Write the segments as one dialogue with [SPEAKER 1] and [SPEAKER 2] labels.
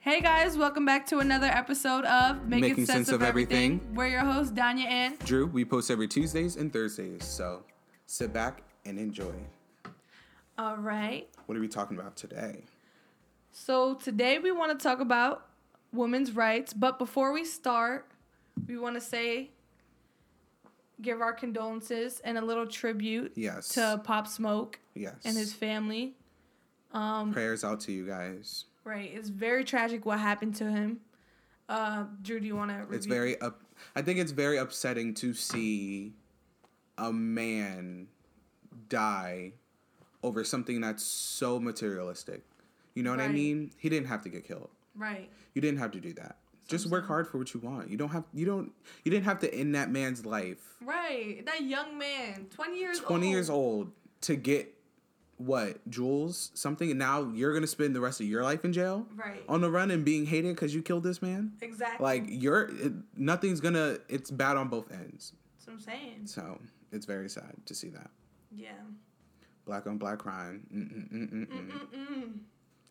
[SPEAKER 1] Hey guys, welcome back to another episode of Making, Sense, of, everything. We're your hosts, Danya and
[SPEAKER 2] Drew, we post every Tuesdays and Thursdays, so sit back and enjoy.
[SPEAKER 1] All right.
[SPEAKER 2] What are we talking about today?
[SPEAKER 1] So today we want to talk about women's rights, but before we start, we want to say give our condolences and a little tribute
[SPEAKER 2] Yes.
[SPEAKER 1] to Pop Smoke
[SPEAKER 2] yes.
[SPEAKER 1] and his family.
[SPEAKER 2] prayers out to you guys.
[SPEAKER 1] Right, it's very tragic what happened to him. Uh, Drew, do you want to?
[SPEAKER 2] It's very up. I think it's very upsetting to see a man die over something that's so materialistic. You know what I
[SPEAKER 1] Right.
[SPEAKER 2] mean? He didn't have to get killed.
[SPEAKER 1] right.
[SPEAKER 2] You didn't have to do that. Just work hard for what you want. You don't have. You don't. You didn't have to end that man's life.
[SPEAKER 1] Right, that young man, twenty years
[SPEAKER 2] 20 years old to get what jewels something and now you're gonna spend the rest of your life in jail
[SPEAKER 1] Right.
[SPEAKER 2] on the run and being hated because you killed this man
[SPEAKER 1] Exactly.
[SPEAKER 2] like you're it, nothing's gonna it's bad on both ends
[SPEAKER 1] That's what I'm saying.
[SPEAKER 2] so it's very sad to see that
[SPEAKER 1] Yeah.
[SPEAKER 2] black on black crime Mm-mm, mm-mm, mm
[SPEAKER 1] Mm-mm.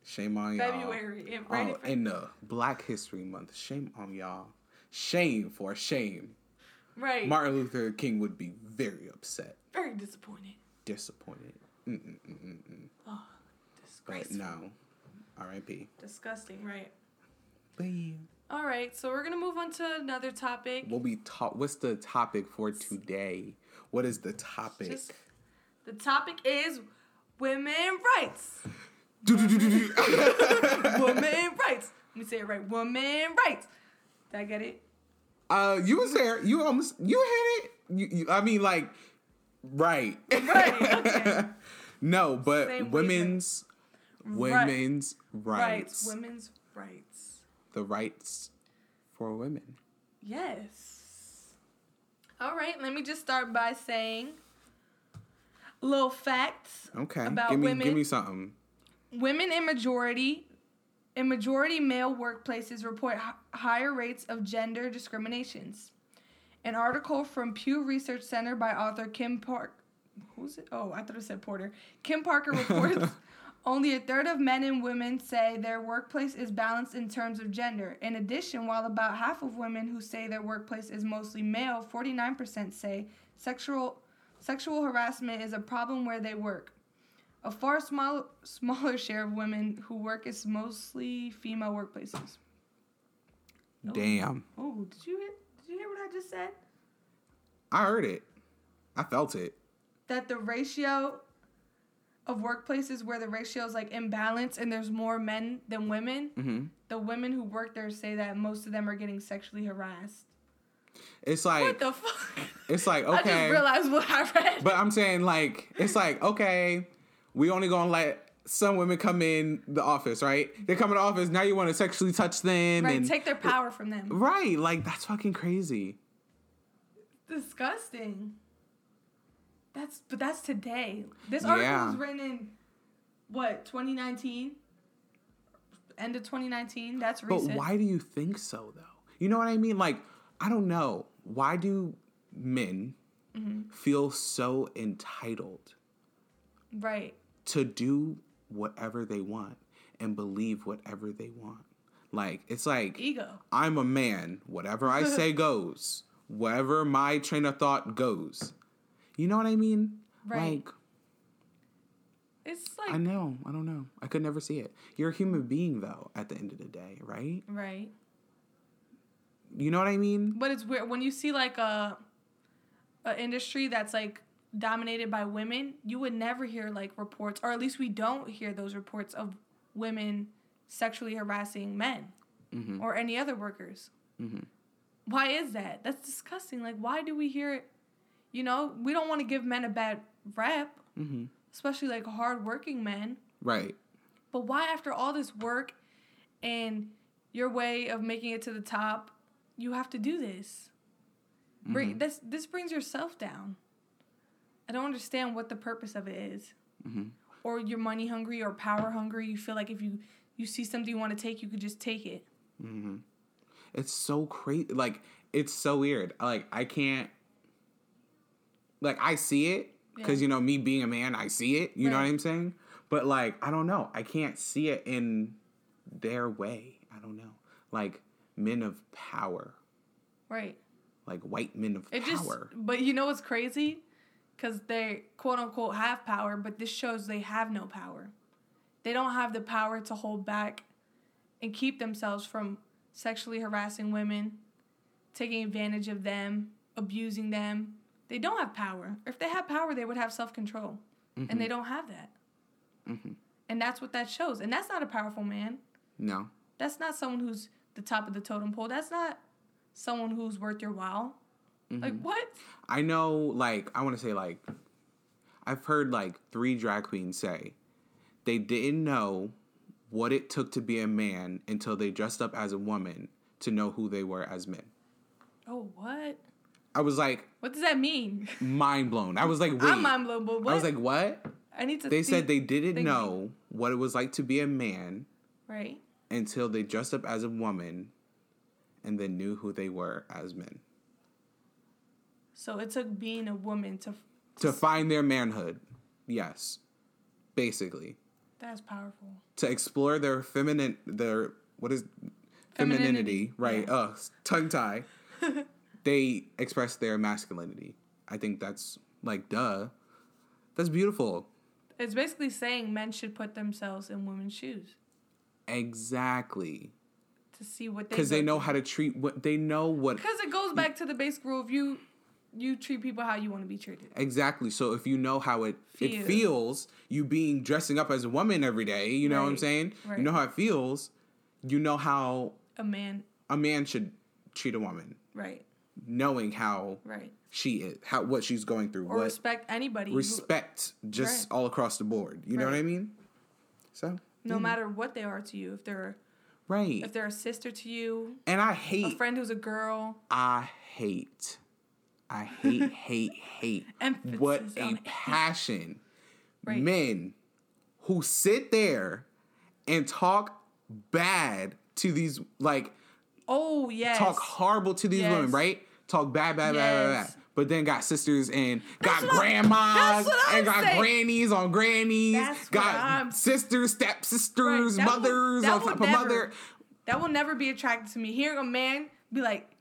[SPEAKER 2] shame on y'all
[SPEAKER 1] February. Yeah, right. in
[SPEAKER 2] oh,
[SPEAKER 1] Feb-
[SPEAKER 2] in the black history month shame on y'all shame for shame
[SPEAKER 1] right.
[SPEAKER 2] martin luther king would be very upset
[SPEAKER 1] Very disappointed.
[SPEAKER 2] disappointed Mm-mm, mm-mm, mm.
[SPEAKER 1] Oh,
[SPEAKER 2] But
[SPEAKER 1] disgraceful.
[SPEAKER 2] no. R.I.P.
[SPEAKER 1] Disgusting, right?
[SPEAKER 2] But yeah.
[SPEAKER 1] All right, so we're gonna move on to another topic.
[SPEAKER 2] What we ta- what's the topic for today? What is the topic?
[SPEAKER 1] Just- the topic is women rights. women rights. Let me say it right. Women rights. Did I get it?
[SPEAKER 2] uh you was there. You almost you had it. You, you I mean like right.
[SPEAKER 1] Right, okay.
[SPEAKER 2] no, but
[SPEAKER 1] Same wavelength.
[SPEAKER 2] women's women's rights.
[SPEAKER 1] Rights. Women's rights.
[SPEAKER 2] The rights for women.
[SPEAKER 1] Yes. All right, let me just start by saying little facts
[SPEAKER 2] Okay.
[SPEAKER 1] About
[SPEAKER 2] give me
[SPEAKER 1] women.
[SPEAKER 2] give me something.
[SPEAKER 1] women in majority in majority male workplaces report h- higher rates of gender discriminations an article from pew research center by author kim park who's it oh i thought it said porter kim parker reports only a third of men and women say their workplace is balanced in terms of gender in addition while about half of women who say their workplace is mostly male 49% say sexual sexual harassment is a problem where they work a far small, smaller share of women who work is mostly female workplaces.
[SPEAKER 2] Damn.
[SPEAKER 1] Oh, did you hear, did you hear what I just said?
[SPEAKER 2] I heard it. I felt it.
[SPEAKER 1] That the ratio of workplaces where the ratio is like imbalanced and there's more men than women,
[SPEAKER 2] hmm
[SPEAKER 1] the women who work there say that most of them are getting sexually harassed.
[SPEAKER 2] It's like
[SPEAKER 1] What the fuck?
[SPEAKER 2] it's like
[SPEAKER 1] I
[SPEAKER 2] okay.
[SPEAKER 1] just realized what I read.
[SPEAKER 2] But I'm saying like it's like okay, we only gonna let some women come in the office, right? They come in the office now. You want to sexually touch them
[SPEAKER 1] right,
[SPEAKER 2] and
[SPEAKER 1] take their power from them.
[SPEAKER 2] right, like that's fucking crazy.
[SPEAKER 1] Disgusting. That's but that's today. This article
[SPEAKER 2] Yeah.
[SPEAKER 1] was written in what 2019, end of 2019. That's
[SPEAKER 2] But
[SPEAKER 1] recent.
[SPEAKER 2] why do you think so though? You know what I mean? Like I don't know why do men
[SPEAKER 1] Mm-hmm.
[SPEAKER 2] feel so entitled
[SPEAKER 1] Right.
[SPEAKER 2] to do whatever they want and believe whatever they want. Like it's like
[SPEAKER 1] Ego.
[SPEAKER 2] I'm a man. Whatever I say goes. Wherever my train of thought goes. You know what I mean?
[SPEAKER 1] Right.
[SPEAKER 2] Like,
[SPEAKER 1] It's like
[SPEAKER 2] I know. I don't know. I could never see it. You're a human being, though, at the end of the day, right?
[SPEAKER 1] right.
[SPEAKER 2] You know what I mean?
[SPEAKER 1] But it's weird when you see like a a industry that's like dominated by women. You would never hear like reports, or at least we don't hear those reports of women sexually harassing men
[SPEAKER 2] Mhm.
[SPEAKER 1] or any other workers.
[SPEAKER 2] Mhm.
[SPEAKER 1] Why is that? That's disgusting. Like, why do we hear it? You know, we don't want to give men a bad rep,
[SPEAKER 2] hmm
[SPEAKER 1] especially like hardworking men.
[SPEAKER 2] Right.
[SPEAKER 1] But why, after all this work and your way of making it to the top, you have to do this? Bring, this, this brings yourself down. I don't understand what the purpose of it is.
[SPEAKER 2] Mhm.
[SPEAKER 1] Or you're money hungry or power hungry. You feel like if you, you see something you want to take, you could just take it.
[SPEAKER 2] hmm It's so crazy. Like, it's so weird. Like, I can't. Like, I see it because
[SPEAKER 1] Yeah.
[SPEAKER 2] you know me being a man, I see it. You know
[SPEAKER 1] Right.
[SPEAKER 2] what I'm saying? But like, I don't know. I can't see it in their way. I don't know, like men of power,
[SPEAKER 1] Right.
[SPEAKER 2] like white men of
[SPEAKER 1] It just.
[SPEAKER 2] power.
[SPEAKER 1] But you know what's crazy? Because they quote unquote have power, but this shows they have no power. They don't have the power to hold back and keep themselves from sexually harassing women, taking advantage of them, abusing them. They don't have power. If they had power, they would have self control. And they don't have that.
[SPEAKER 2] Mhm.
[SPEAKER 1] And that's what that shows. And that's not a powerful man.
[SPEAKER 2] No,
[SPEAKER 1] That's not someone who's the top of the totem pole. That's not someone who's worth your while. Like what?
[SPEAKER 2] I know, like, I want to say, like, I've heard, like, three drag queens say they didn't know what it took to be a man until they dressed up as a woman to know who they were as men.
[SPEAKER 1] Oh what?
[SPEAKER 2] I was like,
[SPEAKER 1] What does that mean?
[SPEAKER 2] mind blown. I was like, wait.
[SPEAKER 1] I'm mind blown. But what?
[SPEAKER 2] I was like, what?
[SPEAKER 1] I need to.
[SPEAKER 2] They said they
[SPEAKER 1] think-
[SPEAKER 2] didn't
[SPEAKER 1] Thank you.
[SPEAKER 2] know what it was like to be a man
[SPEAKER 1] right.
[SPEAKER 2] until they dressed up as a woman and then knew who they were as men
[SPEAKER 1] So it took being a woman to.
[SPEAKER 2] to find their manhood. Yes, basically.
[SPEAKER 1] That's powerful.
[SPEAKER 2] to explore their feminine their what is
[SPEAKER 1] Femininity,
[SPEAKER 2] femininity, right uh tongue tie they express their masculinity i think that's like duh that's beautiful
[SPEAKER 1] It's basically saying men should put themselves in women's shoes
[SPEAKER 2] exactly
[SPEAKER 1] to see what they.
[SPEAKER 2] because they
[SPEAKER 1] go
[SPEAKER 2] know
[SPEAKER 1] through.
[SPEAKER 2] how to treat what they know what
[SPEAKER 1] Because it goes back to the basic rule of you, you treat people how you want to be treated.
[SPEAKER 2] exactly so if you know how it it
[SPEAKER 1] Feel.
[SPEAKER 2] feels you being dressing up as a woman every day you know what i'm
[SPEAKER 1] Right,
[SPEAKER 2] saying
[SPEAKER 1] right.
[SPEAKER 2] you know how it feels you know how
[SPEAKER 1] A man,
[SPEAKER 2] a man should treat a woman
[SPEAKER 1] right,
[SPEAKER 2] knowing how
[SPEAKER 1] right,
[SPEAKER 2] she is how what she's going through
[SPEAKER 1] or
[SPEAKER 2] what
[SPEAKER 1] respect anybody, who-
[SPEAKER 2] respect just all across the board. You know what I
[SPEAKER 1] Right.
[SPEAKER 2] mean? So
[SPEAKER 1] no matter what they are to you. If they're
[SPEAKER 2] right.
[SPEAKER 1] if they're a sister to you,
[SPEAKER 2] and I
[SPEAKER 1] a
[SPEAKER 2] hate.
[SPEAKER 1] friend who's a girl,
[SPEAKER 2] I hate. I hate. hate. Hate.
[SPEAKER 1] Emphasis
[SPEAKER 2] what
[SPEAKER 1] on
[SPEAKER 2] a
[SPEAKER 1] hate.
[SPEAKER 2] passion!
[SPEAKER 1] Right.
[SPEAKER 2] Men who sit there and talk bad to these like
[SPEAKER 1] oh yes,
[SPEAKER 2] talk horrible to these women,
[SPEAKER 1] Yes.
[SPEAKER 2] right? Talk bad, bad, bad, bad,
[SPEAKER 1] Yes.
[SPEAKER 2] bad. But then got sisters and got
[SPEAKER 1] what I-
[SPEAKER 2] grandmas
[SPEAKER 1] that's what I'm
[SPEAKER 2] and got
[SPEAKER 1] saying.
[SPEAKER 2] grannies on grannies.
[SPEAKER 1] That's what
[SPEAKER 2] got
[SPEAKER 1] I'm-
[SPEAKER 2] sisters,
[SPEAKER 1] Right,
[SPEAKER 2] stepsisters,
[SPEAKER 1] that will-
[SPEAKER 2] mothers
[SPEAKER 1] that
[SPEAKER 2] on
[SPEAKER 1] will
[SPEAKER 2] top of mother.
[SPEAKER 1] never- That will never be attractive to me. Hearing a man be like,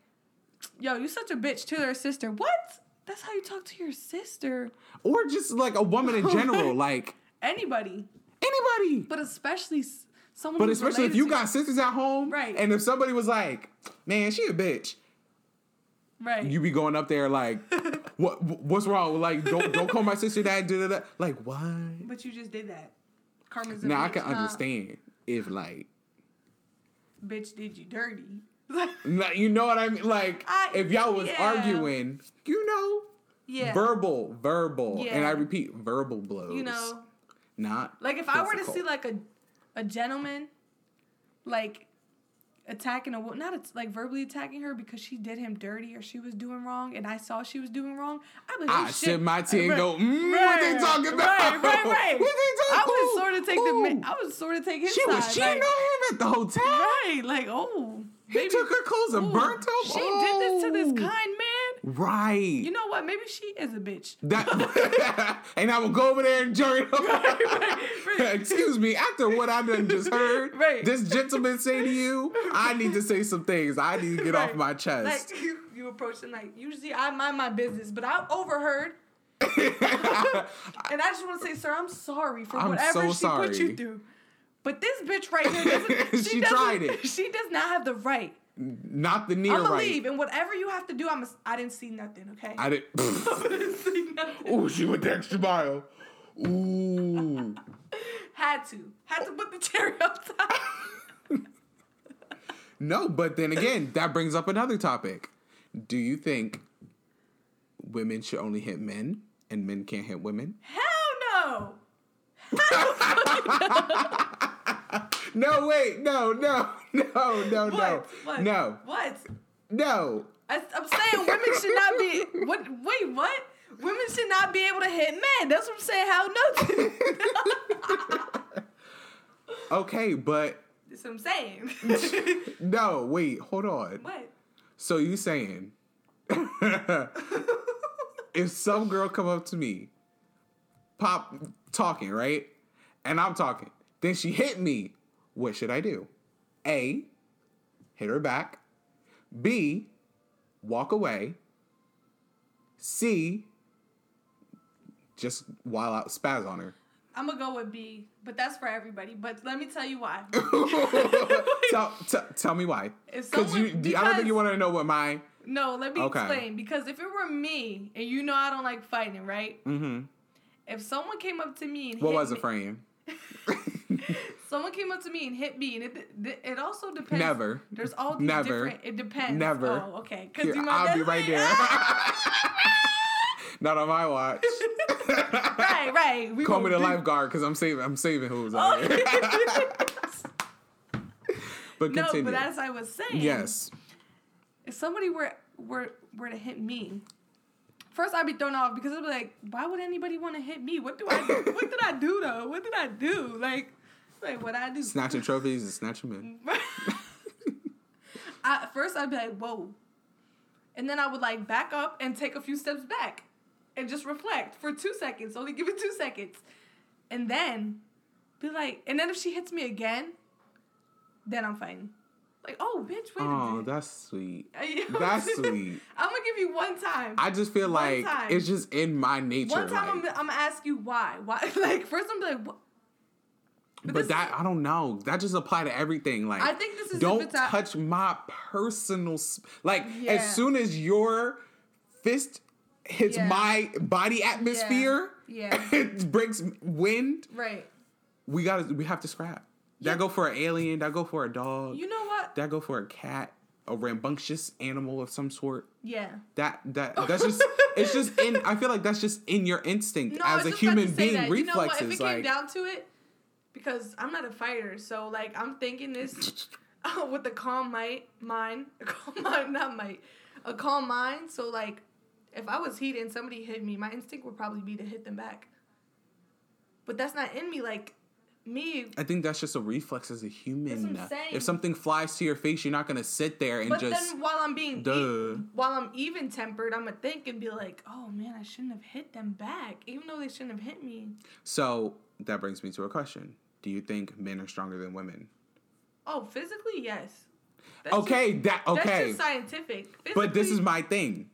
[SPEAKER 1] "Yo, you such a bitch" to their sister. What? That's how you talk to your sister.
[SPEAKER 2] Or just like a woman in general, like
[SPEAKER 1] Anybody,
[SPEAKER 2] anybody.
[SPEAKER 1] but especially s- someone.
[SPEAKER 2] But
[SPEAKER 1] who's
[SPEAKER 2] especially if
[SPEAKER 1] related
[SPEAKER 2] you
[SPEAKER 1] to
[SPEAKER 2] got sisters at home,
[SPEAKER 1] Right.
[SPEAKER 2] and if somebody was like, man, she a bitch,
[SPEAKER 1] right.
[SPEAKER 2] you be going up there like, what what's wrong? Like, don't don't call my sister that, da, da, da. Like, what?
[SPEAKER 1] but you just did that. Karma's a
[SPEAKER 2] Now I
[SPEAKER 1] bitch,
[SPEAKER 2] can
[SPEAKER 1] huh?
[SPEAKER 2] understand if like
[SPEAKER 1] Bitch, did you dirty?
[SPEAKER 2] No, you know what I mean? Like,
[SPEAKER 1] I-
[SPEAKER 2] if y'all was
[SPEAKER 1] yeah.
[SPEAKER 2] arguing, you know,
[SPEAKER 1] yeah.
[SPEAKER 2] verbal, verbal, and I
[SPEAKER 1] Yeah.
[SPEAKER 2] repeat, verbal blows.
[SPEAKER 1] You know,
[SPEAKER 2] not
[SPEAKER 1] like if I were to
[SPEAKER 2] physical.
[SPEAKER 1] see like a a gentleman, like attacking a woman, not a, like verbally attacking her because she did him dirty or she was doing wrong, and I saw she was doing wrong. I would
[SPEAKER 2] I
[SPEAKER 1] shit.
[SPEAKER 2] sip Ah, my tea and
[SPEAKER 1] Right.
[SPEAKER 2] go, mm, what they
[SPEAKER 1] Right,
[SPEAKER 2] talking about?
[SPEAKER 1] Right, right, right.
[SPEAKER 2] What they talking
[SPEAKER 1] I
[SPEAKER 2] ooh,
[SPEAKER 1] would sort of take
[SPEAKER 2] ooh.
[SPEAKER 1] the. ma- I would sort of take his
[SPEAKER 2] She
[SPEAKER 1] side.
[SPEAKER 2] was cheating
[SPEAKER 1] like,
[SPEAKER 2] on him at the hotel.
[SPEAKER 1] Right, like oh,
[SPEAKER 2] He took her clothes and
[SPEAKER 1] ooh,
[SPEAKER 2] burnt them.
[SPEAKER 1] She did this to
[SPEAKER 2] Oh.
[SPEAKER 1] this kind man.
[SPEAKER 2] Right.
[SPEAKER 1] You know what? Maybe she is a bitch.
[SPEAKER 2] that, and I will go over there and jury him.
[SPEAKER 1] right.
[SPEAKER 2] Excuse me, after what I done just heard,
[SPEAKER 1] Right.
[SPEAKER 2] this gentleman say to you, I need to say some things. I need to get off
[SPEAKER 1] Right.
[SPEAKER 2] my chest.
[SPEAKER 1] Like you, you approach them like usually I mind my business, but I overheard. and I just want to say, sir, I'm sorry for
[SPEAKER 2] I'm
[SPEAKER 1] whatever
[SPEAKER 2] so
[SPEAKER 1] she put
[SPEAKER 2] sorry.
[SPEAKER 1] you through. But this bitch right here, doesn't, she,
[SPEAKER 2] She
[SPEAKER 1] doesn't,
[SPEAKER 2] tried it.
[SPEAKER 1] She does not have the right.
[SPEAKER 2] Not the near
[SPEAKER 1] I'm gonna
[SPEAKER 2] right.
[SPEAKER 1] leave, and whatever you have to do, I'm. A, I didn't see nothing. Okay.
[SPEAKER 2] I didn't.
[SPEAKER 1] didn't see nothing.
[SPEAKER 2] Ooh, she went the extra mile. Ooh.
[SPEAKER 1] Had to. Had to put the cherry on top.
[SPEAKER 2] No, but then again, that brings up another topic. Do you think women should only hit men and men can't hit women?
[SPEAKER 1] Hell
[SPEAKER 2] No, wait, no, no, no, no,
[SPEAKER 1] no. What?
[SPEAKER 2] no.
[SPEAKER 1] What?
[SPEAKER 2] No,
[SPEAKER 1] What?
[SPEAKER 2] no.
[SPEAKER 1] I, I'm saying women should not be. What? Wait, what? Women should not be able to hit men. That's what I'm saying. How no?
[SPEAKER 2] Okay, but
[SPEAKER 1] That's what I'm saying.
[SPEAKER 2] no, wait, hold on.
[SPEAKER 1] what?
[SPEAKER 2] So you saying if some girl come up to me, pop talking, right? And I'm talking, then she hit me, what should I do? A, hit her back. B, walk away. C, just while out spaz on her.
[SPEAKER 1] I'm gonna go with B, but that's for everybody. But let me tell you why.
[SPEAKER 2] tell, t- tell me why.
[SPEAKER 1] If
[SPEAKER 2] Because
[SPEAKER 1] someone,
[SPEAKER 2] you, I don't think
[SPEAKER 1] because-
[SPEAKER 2] you want to know what my.
[SPEAKER 1] No, let me
[SPEAKER 2] Okay.
[SPEAKER 1] explain. Because if it were me, and you know I don't like fighting, right?
[SPEAKER 2] Mm-hmm.
[SPEAKER 1] If someone came up to me and
[SPEAKER 2] What
[SPEAKER 1] hit
[SPEAKER 2] was
[SPEAKER 1] me,
[SPEAKER 2] it, frame?
[SPEAKER 1] Someone came up to me and hit me, and it th- it also depends.
[SPEAKER 2] Never.
[SPEAKER 1] There's all these
[SPEAKER 2] Never.
[SPEAKER 1] different. It depends.
[SPEAKER 2] Never.
[SPEAKER 1] Oh, okay. Because
[SPEAKER 2] Here,
[SPEAKER 1] you know
[SPEAKER 2] I'll be
[SPEAKER 1] that's
[SPEAKER 2] right
[SPEAKER 1] me.
[SPEAKER 2] there. Not on my watch.
[SPEAKER 1] right, right. We
[SPEAKER 2] Call me
[SPEAKER 1] will
[SPEAKER 2] the
[SPEAKER 1] do-
[SPEAKER 2] lifeguard because I'm saving. I'm saving who's out
[SPEAKER 1] Okay.
[SPEAKER 2] here. But
[SPEAKER 1] no,
[SPEAKER 2] continue.
[SPEAKER 1] but as I was saying,
[SPEAKER 2] yes.
[SPEAKER 1] if somebody were were were to hit me, first I'd be thrown off because I'd be like, why would anybody want to hit me? What do I do? what did I do though? What did I do? Like, like what I do?
[SPEAKER 2] Snatching trophies and snatching men.
[SPEAKER 1] I, first I'd be like, whoa, and then I would like back up and take a few steps back, and just reflect for two seconds. Only give it two seconds, and then be like, and then if she hits me again, then I'm fighting. Like, oh, bitch, wait a
[SPEAKER 2] Oh,
[SPEAKER 1] minute.
[SPEAKER 2] that's sweet.
[SPEAKER 1] That,
[SPEAKER 2] That's sweet.
[SPEAKER 1] I'm gonna give you one time.
[SPEAKER 2] I just feel
[SPEAKER 1] One
[SPEAKER 2] like
[SPEAKER 1] time.
[SPEAKER 2] it's just in my nature.
[SPEAKER 1] One time I'm,
[SPEAKER 2] like-
[SPEAKER 1] I'm gonna ask you why. Why? Like first I'm like, what?
[SPEAKER 2] but
[SPEAKER 1] this-
[SPEAKER 2] that I don't know. That just apply to everything. Like
[SPEAKER 1] I think this is if
[SPEAKER 2] don't
[SPEAKER 1] it's a-
[SPEAKER 2] touch my personal. Sp- like
[SPEAKER 1] Yeah.
[SPEAKER 2] as soon as your fist hits
[SPEAKER 1] Yeah.
[SPEAKER 2] my body atmosphere,
[SPEAKER 1] Yeah.
[SPEAKER 2] it breaks wind.
[SPEAKER 1] right.
[SPEAKER 2] We gotta. We have to scrap. That go for an alien. That go for a dog.
[SPEAKER 1] You know what?
[SPEAKER 2] that go for a cat, a rambunctious animal of some sort.
[SPEAKER 1] Yeah.
[SPEAKER 2] That that that's just it's just in. I feel like that's just in your instinct
[SPEAKER 1] No, I was
[SPEAKER 2] as a
[SPEAKER 1] just about to
[SPEAKER 2] human
[SPEAKER 1] say
[SPEAKER 2] being.
[SPEAKER 1] that. You know what?
[SPEAKER 2] reflexes
[SPEAKER 1] If it came
[SPEAKER 2] like
[SPEAKER 1] down to it, because I'm not a fighter, so like I'm thinking this with a calm might mind, a calm mind, not might, a calm mind. So like, if I was heated and somebody hit me, my instinct would probably be to hit them back. But that's not in me. Like me,
[SPEAKER 2] I think that's just a reflex as a human.
[SPEAKER 1] That's what I'm saying.
[SPEAKER 2] If something flies to your face, you're not gonna sit there and
[SPEAKER 1] But
[SPEAKER 2] just
[SPEAKER 1] then while I'm being
[SPEAKER 2] Duh.
[SPEAKER 1] e- while I'm even tempered, I'm gonna think and be like, oh man, I shouldn't have hit them back, even though they shouldn't have hit me.
[SPEAKER 2] so. That brings me to a question: Do you think men are stronger than women?
[SPEAKER 1] Oh, physically, yes. That's
[SPEAKER 2] Okay, that
[SPEAKER 1] just, that's
[SPEAKER 2] okay.
[SPEAKER 1] just scientific.
[SPEAKER 2] But this is
[SPEAKER 1] Physically,
[SPEAKER 2] my thing.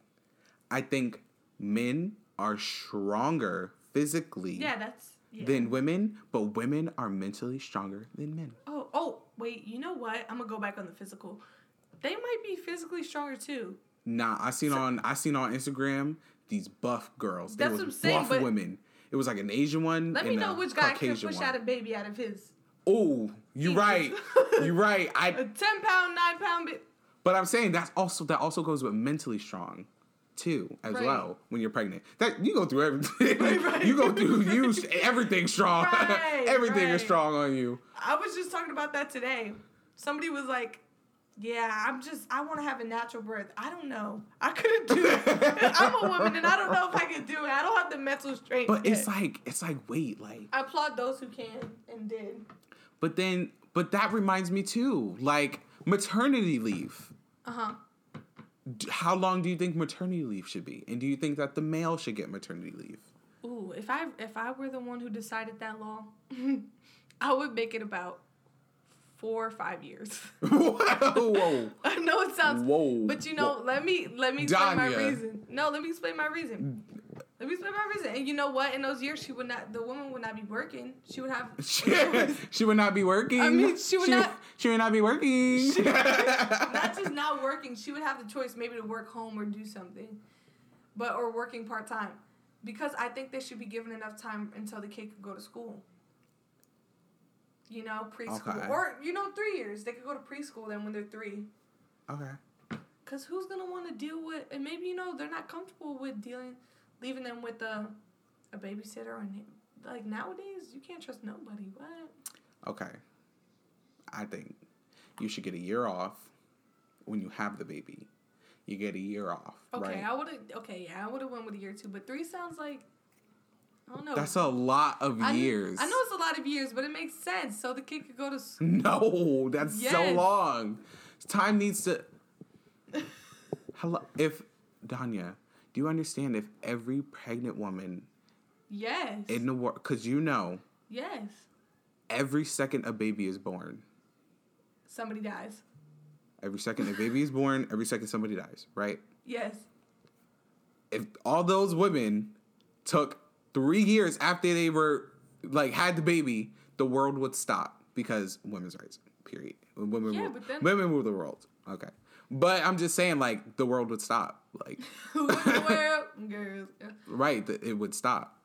[SPEAKER 2] I think men are stronger physically
[SPEAKER 1] yeah, that's yeah.
[SPEAKER 2] than women, but women are mentally stronger than men.
[SPEAKER 1] oh oh wait, you know what? I'm gonna go back on the physical. They might be physically stronger too.
[SPEAKER 2] Nah, I seen on I seen on Instagram these buff girls. They
[SPEAKER 1] That's
[SPEAKER 2] was
[SPEAKER 1] what I'm saying,
[SPEAKER 2] buff
[SPEAKER 1] but-
[SPEAKER 2] women. It was like an Asian one.
[SPEAKER 1] Let
[SPEAKER 2] and
[SPEAKER 1] me know
[SPEAKER 2] a
[SPEAKER 1] which guy
[SPEAKER 2] Caucasian
[SPEAKER 1] can push
[SPEAKER 2] one.
[SPEAKER 1] out a baby out of his
[SPEAKER 2] Oh, you right. you right.
[SPEAKER 1] a
[SPEAKER 2] I
[SPEAKER 1] ten pound, nine pound. Bi-
[SPEAKER 2] but I'm saying that's also that also goes with mentally strong too as
[SPEAKER 1] Right.
[SPEAKER 2] well when you're pregnant. That you go through everything.
[SPEAKER 1] Right, right.
[SPEAKER 2] you go through you sh- everything strong.
[SPEAKER 1] Right,
[SPEAKER 2] everything is
[SPEAKER 1] right.
[SPEAKER 2] strong on you.
[SPEAKER 1] I was just talking about that today. Somebody was like, "Yeah, I'm just I want to have a natural birth. I don't know. I couldn't do it. I'm a woman and I don't know if I can do it. I don't have the mental strength."
[SPEAKER 2] But it's
[SPEAKER 1] yet."
[SPEAKER 2] like it's like wait, like
[SPEAKER 1] I applaud those who can and did.
[SPEAKER 2] but then but that reminds me too, like maternity leave.
[SPEAKER 1] Uh huh.
[SPEAKER 2] d- how long do you think maternity leave should be? And do you think that the male should get maternity leave?
[SPEAKER 1] Ooh, if I if I were the one who decided that law, I would make it about four or five years.
[SPEAKER 2] Whoa.
[SPEAKER 1] I know it sounds
[SPEAKER 2] Whoa.
[SPEAKER 1] but you know, let me let me explain my
[SPEAKER 2] Danya.
[SPEAKER 1] reason. No, let me explain my reason. Let me explain my reason. And you know what? In those years, she would not. The woman would not be working. She would have.
[SPEAKER 2] she would not be working.
[SPEAKER 1] I mean, she would not-
[SPEAKER 2] She would not be working.
[SPEAKER 1] not just not working. She would have the choice maybe to work home or do something, but or working part time, because I think they should be given enough time until the kid could go to school. You know, preschool
[SPEAKER 2] Okay.
[SPEAKER 1] or you know, three years. They could go to preschool then when they're three.
[SPEAKER 2] okay.
[SPEAKER 1] Cause who's gonna want to deal with? And maybe you know they're not comfortable with dealing, leaving them with a, a babysitter or na- like nowadays you can't trust nobody. What?
[SPEAKER 2] Okay. I think you should get a year off when you have the baby. You get a year off,
[SPEAKER 1] Okay,
[SPEAKER 2] right?
[SPEAKER 1] I would have. Okay, yeah, I would have went with a year two, but three sounds like, I don't know.
[SPEAKER 2] That's a lot of
[SPEAKER 1] I kn-
[SPEAKER 2] years.
[SPEAKER 1] I know it's a lot of years, but it makes sense. So the kid could go to school.
[SPEAKER 2] No, that's so
[SPEAKER 1] Yes.
[SPEAKER 2] long. Time needs to. Hello, if Danya, do you understand if every pregnant woman
[SPEAKER 1] Yes.
[SPEAKER 2] in the world, because you know,
[SPEAKER 1] yes.
[SPEAKER 2] every second a baby is born,
[SPEAKER 1] Somebody dies.
[SPEAKER 2] Every second a baby is born, every second somebody dies, right?
[SPEAKER 1] Yes.
[SPEAKER 2] If all those women took three years after they were like had the baby, the world would stop because women's rights. Period. Women,
[SPEAKER 1] Yeah,
[SPEAKER 2] rule,
[SPEAKER 1] but then-
[SPEAKER 2] women rule the world. Okay, but I'm just saying, like the world would stop. Like
[SPEAKER 1] well, girls. uh,
[SPEAKER 2] right, th- it would stop.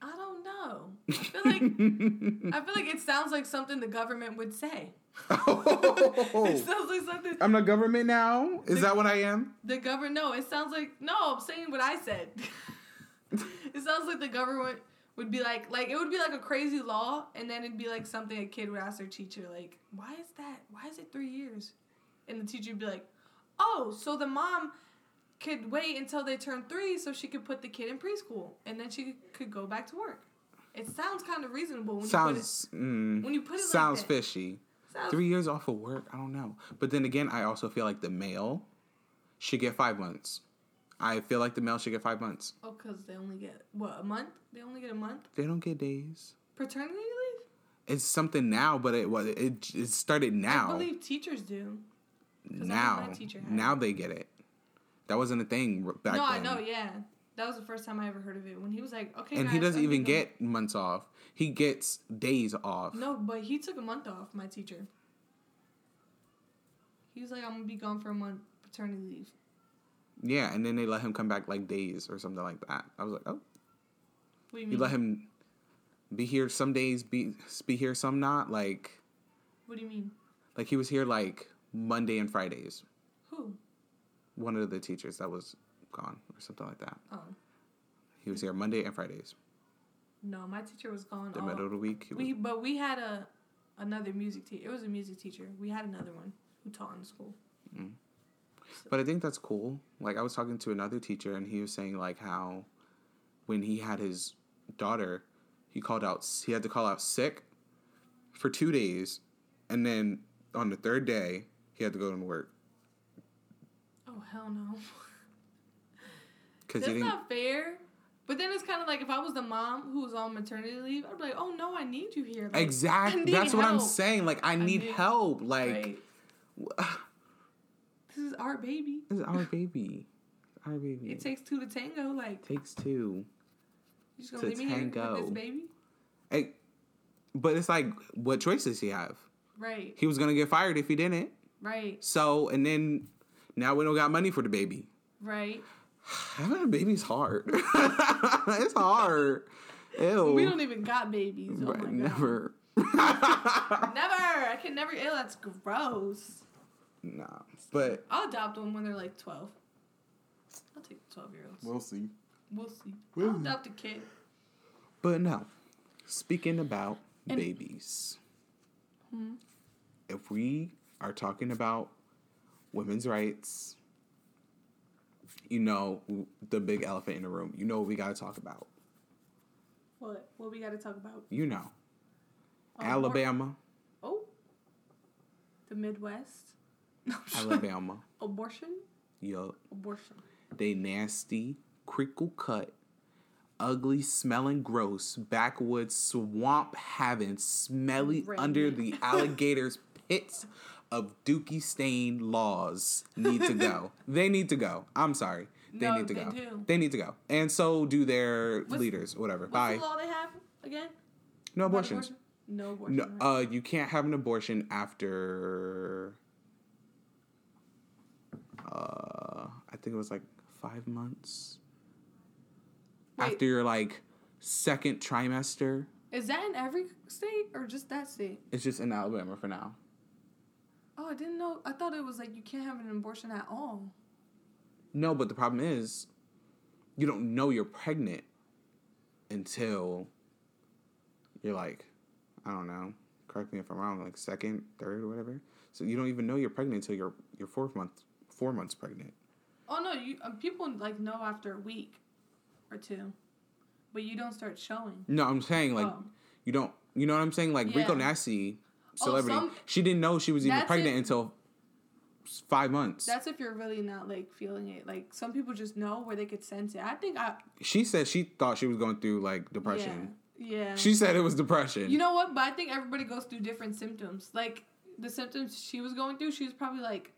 [SPEAKER 1] I don't know. I feel like I feel like it sounds like something the government would say.
[SPEAKER 2] Oh.
[SPEAKER 1] it sounds like something
[SPEAKER 2] I'm the government now. Is that what I am?
[SPEAKER 1] the government. No, it sounds like no. I'm saying what I said. it sounds like the government would be like, like it would be like a crazy law, and then it'd be like something a kid would ask their teacher, like, "Why is that? Why is it three years?" And the teacher would be like, "Oh, so the mom." Could wait until they turn three so she could put the kid in preschool and then she could go back to work. It sounds kind of reasonable when you put it
[SPEAKER 2] Sounds mm,
[SPEAKER 1] when you put it like
[SPEAKER 2] sounds
[SPEAKER 1] that.
[SPEAKER 2] fishy.
[SPEAKER 1] Sounds-
[SPEAKER 2] Three years off of work, I don't know. But then again, I also feel like the male should get five months. I feel like the male should get five months.
[SPEAKER 1] Oh, because they only get, what, a month? They only get a month?
[SPEAKER 2] They don't get days.
[SPEAKER 1] Paternity leave?
[SPEAKER 2] It's something now, but it was it, it started
[SPEAKER 1] I
[SPEAKER 2] now.
[SPEAKER 1] believe teachers do. 'cause I know
[SPEAKER 2] Now,
[SPEAKER 1] my teacher had
[SPEAKER 2] now they get it. That wasn't a thing r- back
[SPEAKER 1] no, I
[SPEAKER 2] then.
[SPEAKER 1] know, yeah. That was the first time I ever heard of it. When he was like, okay,
[SPEAKER 2] And he
[SPEAKER 1] guys,
[SPEAKER 2] doesn't
[SPEAKER 1] I'm
[SPEAKER 2] even
[SPEAKER 1] gonna
[SPEAKER 2] get months off. He gets days off.
[SPEAKER 1] go- No, but he took a month off, my teacher. He was like, I'm going to be gone for a month, paternity leave.
[SPEAKER 2] Yeah, and then they let him come back like days or something like that. I was like, oh,
[SPEAKER 1] What do you
[SPEAKER 2] you
[SPEAKER 1] mean?
[SPEAKER 2] let him be here some days, be be here some not. Like
[SPEAKER 1] what do you mean?
[SPEAKER 2] like he was here like Monday and Fridays.
[SPEAKER 1] Who?
[SPEAKER 2] One of the teachers that was gone or something like that.
[SPEAKER 1] Oh,
[SPEAKER 2] He was here Monday and Fridays,
[SPEAKER 1] no, my teacher was gone.
[SPEAKER 2] the
[SPEAKER 1] all-
[SPEAKER 2] middle of the week. He was,
[SPEAKER 1] Oh. we, but we had a another music teacher. It was a music teacher. We had another one who taught in school.
[SPEAKER 2] but I think that's cool. Like I was talking to another teacher and he was saying like how when he had his daughter, he called out. He had to call out sick for two days, and then on the third day he had to go to work
[SPEAKER 1] Oh, hell no.
[SPEAKER 2] because
[SPEAKER 1] That's
[SPEAKER 2] he didn't.
[SPEAKER 1] not fair. But then it's kind of like if I was the mom who was on maternity leave, I'd be like, "Oh no, I need you here." Like, I
[SPEAKER 2] Exactly.
[SPEAKER 1] need
[SPEAKER 2] That's what I'm
[SPEAKER 1] help.
[SPEAKER 2] saying. Like I need
[SPEAKER 1] need-
[SPEAKER 2] help. Like
[SPEAKER 1] Right. this is our baby.
[SPEAKER 2] this is our baby. Our baby.
[SPEAKER 1] It takes two to tango. Like,
[SPEAKER 2] takes two.
[SPEAKER 1] you just gonna
[SPEAKER 2] to
[SPEAKER 1] leave me here with
[SPEAKER 2] tango.
[SPEAKER 1] this baby,
[SPEAKER 2] Hey, but it's like, what choices he have?
[SPEAKER 1] right?
[SPEAKER 2] He was gonna get fired if he didn't.
[SPEAKER 1] Right?
[SPEAKER 2] So, and then now we don't got money for the baby.
[SPEAKER 1] Right?
[SPEAKER 2] Having a baby's hard. it's hard. Ew.
[SPEAKER 1] We don't even got babies. Oh
[SPEAKER 2] Right,
[SPEAKER 1] my God. Never.
[SPEAKER 2] never.
[SPEAKER 1] Never. I can never. Ew, that's gross.
[SPEAKER 2] nah. But
[SPEAKER 1] I'll adopt them when they're like twelve. I'll take the twelve-year-olds.
[SPEAKER 2] we'll see.
[SPEAKER 1] We'll see.
[SPEAKER 2] We'll
[SPEAKER 1] I'll
[SPEAKER 2] see.
[SPEAKER 1] adopt a kid.
[SPEAKER 2] But no. Speaking about
[SPEAKER 1] And- Hmm.
[SPEAKER 2] babies, if we are talking about women's rights, you know, w- the big elephant in the room, you know what we got to talk about.
[SPEAKER 1] What? What we got to talk about?
[SPEAKER 2] You know,
[SPEAKER 1] Oh, Lord.
[SPEAKER 2] Alabama,
[SPEAKER 1] Oh, the Midwest.
[SPEAKER 2] Alabama,
[SPEAKER 1] Abortion?
[SPEAKER 2] yup.
[SPEAKER 1] Abortion.
[SPEAKER 2] They nasty, crinkle cut, ugly smelling gross, backwoods swamp having smelly
[SPEAKER 1] Right.
[SPEAKER 2] under the alligators pits of dookie stained laws need to go. they need to go. I'm sorry. They
[SPEAKER 1] No,
[SPEAKER 2] need to
[SPEAKER 1] they
[SPEAKER 2] go.
[SPEAKER 1] do.
[SPEAKER 2] They need to go. And so do their leaders, whatever.
[SPEAKER 1] What's
[SPEAKER 2] Bye.
[SPEAKER 1] the law they have again?
[SPEAKER 2] No
[SPEAKER 1] About
[SPEAKER 2] abortions.
[SPEAKER 1] abortion? No abortion.
[SPEAKER 2] No,
[SPEAKER 1] right?
[SPEAKER 2] uh, you can't have an abortion after. Uh, I think it was like five months.
[SPEAKER 1] Wait.
[SPEAKER 2] After your like second trimester,
[SPEAKER 1] Is that in every state or just that state?
[SPEAKER 2] it's just in Alabama for now.
[SPEAKER 1] Oh, I didn't know. I thought it was like you can't have an abortion at all.
[SPEAKER 2] No, but the problem is, you don't know you're pregnant until you're like, I don't know. Correct me if I'm wrong. Like second, third, or whatever. So you don't even know you're pregnant until you're you're fourth month, four months pregnant.
[SPEAKER 1] Oh no, you um, people like know after a week or two, but you don't start showing.
[SPEAKER 2] No, I'm saying like
[SPEAKER 1] Oh.
[SPEAKER 2] you don't. You know what I'm saying? Like Rico
[SPEAKER 1] Yeah.
[SPEAKER 2] Nasty,
[SPEAKER 1] Oh,
[SPEAKER 2] celebrity.
[SPEAKER 1] some-
[SPEAKER 2] she didn't know she was even
[SPEAKER 1] That's
[SPEAKER 2] pregnant
[SPEAKER 1] it.
[SPEAKER 2] until s- five months.
[SPEAKER 1] That's if you're really not like feeling it. Like some people just know where they could sense it. I think I
[SPEAKER 2] She said she thought she was going through like depression.
[SPEAKER 1] Yeah. yeah.
[SPEAKER 2] She said it was depression.
[SPEAKER 1] You know what? But I think everybody goes through different symptoms. Like the symptoms she was going through, she was probably like,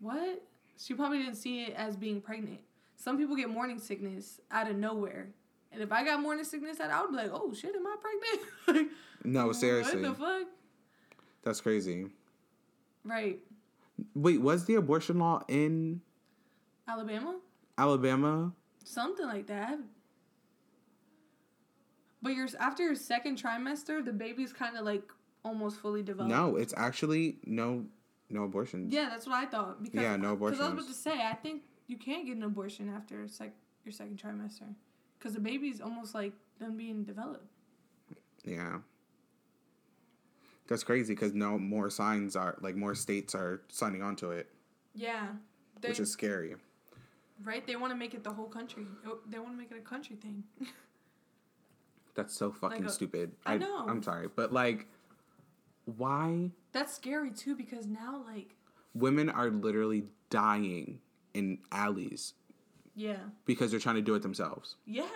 [SPEAKER 1] "What?" She probably didn't see it as being pregnant. Some people get morning sickness out of nowhere, and if I got morning sickness, out, I would be like, "Oh shit, am I pregnant?"
[SPEAKER 2] No,
[SPEAKER 1] Like,
[SPEAKER 2] seriously.
[SPEAKER 1] What the fuck?
[SPEAKER 2] That's crazy.
[SPEAKER 1] Right,
[SPEAKER 2] Wait, was the abortion law in
[SPEAKER 1] Alabama,
[SPEAKER 2] Alabama?
[SPEAKER 1] something like that. But your after your second trimester, the baby's kind of like almost fully developed.
[SPEAKER 2] No, it's actually no no abortions.
[SPEAKER 1] Yeah, that's what I thought. Because
[SPEAKER 2] Yeah, no
[SPEAKER 1] Because I was
[SPEAKER 2] abortions.
[SPEAKER 1] about to say, I think you can't get an abortion after sec- your second trimester, because the baby's almost like done being developed.
[SPEAKER 2] Yeah. That's crazy because no more signs are like more states are signing on to it,
[SPEAKER 1] Yeah, they,
[SPEAKER 2] which is scary.
[SPEAKER 1] right. They want to make it the whole country. Oh, They want to make it a country thing.
[SPEAKER 2] That's so fucking
[SPEAKER 1] a-
[SPEAKER 2] stupid.
[SPEAKER 1] uh, I know.
[SPEAKER 2] I'm sorry, but like, why
[SPEAKER 1] that's scary too, because now like
[SPEAKER 2] women are literally dying in alleys
[SPEAKER 1] yeah,
[SPEAKER 2] because they're trying to do it themselves.
[SPEAKER 1] yeah,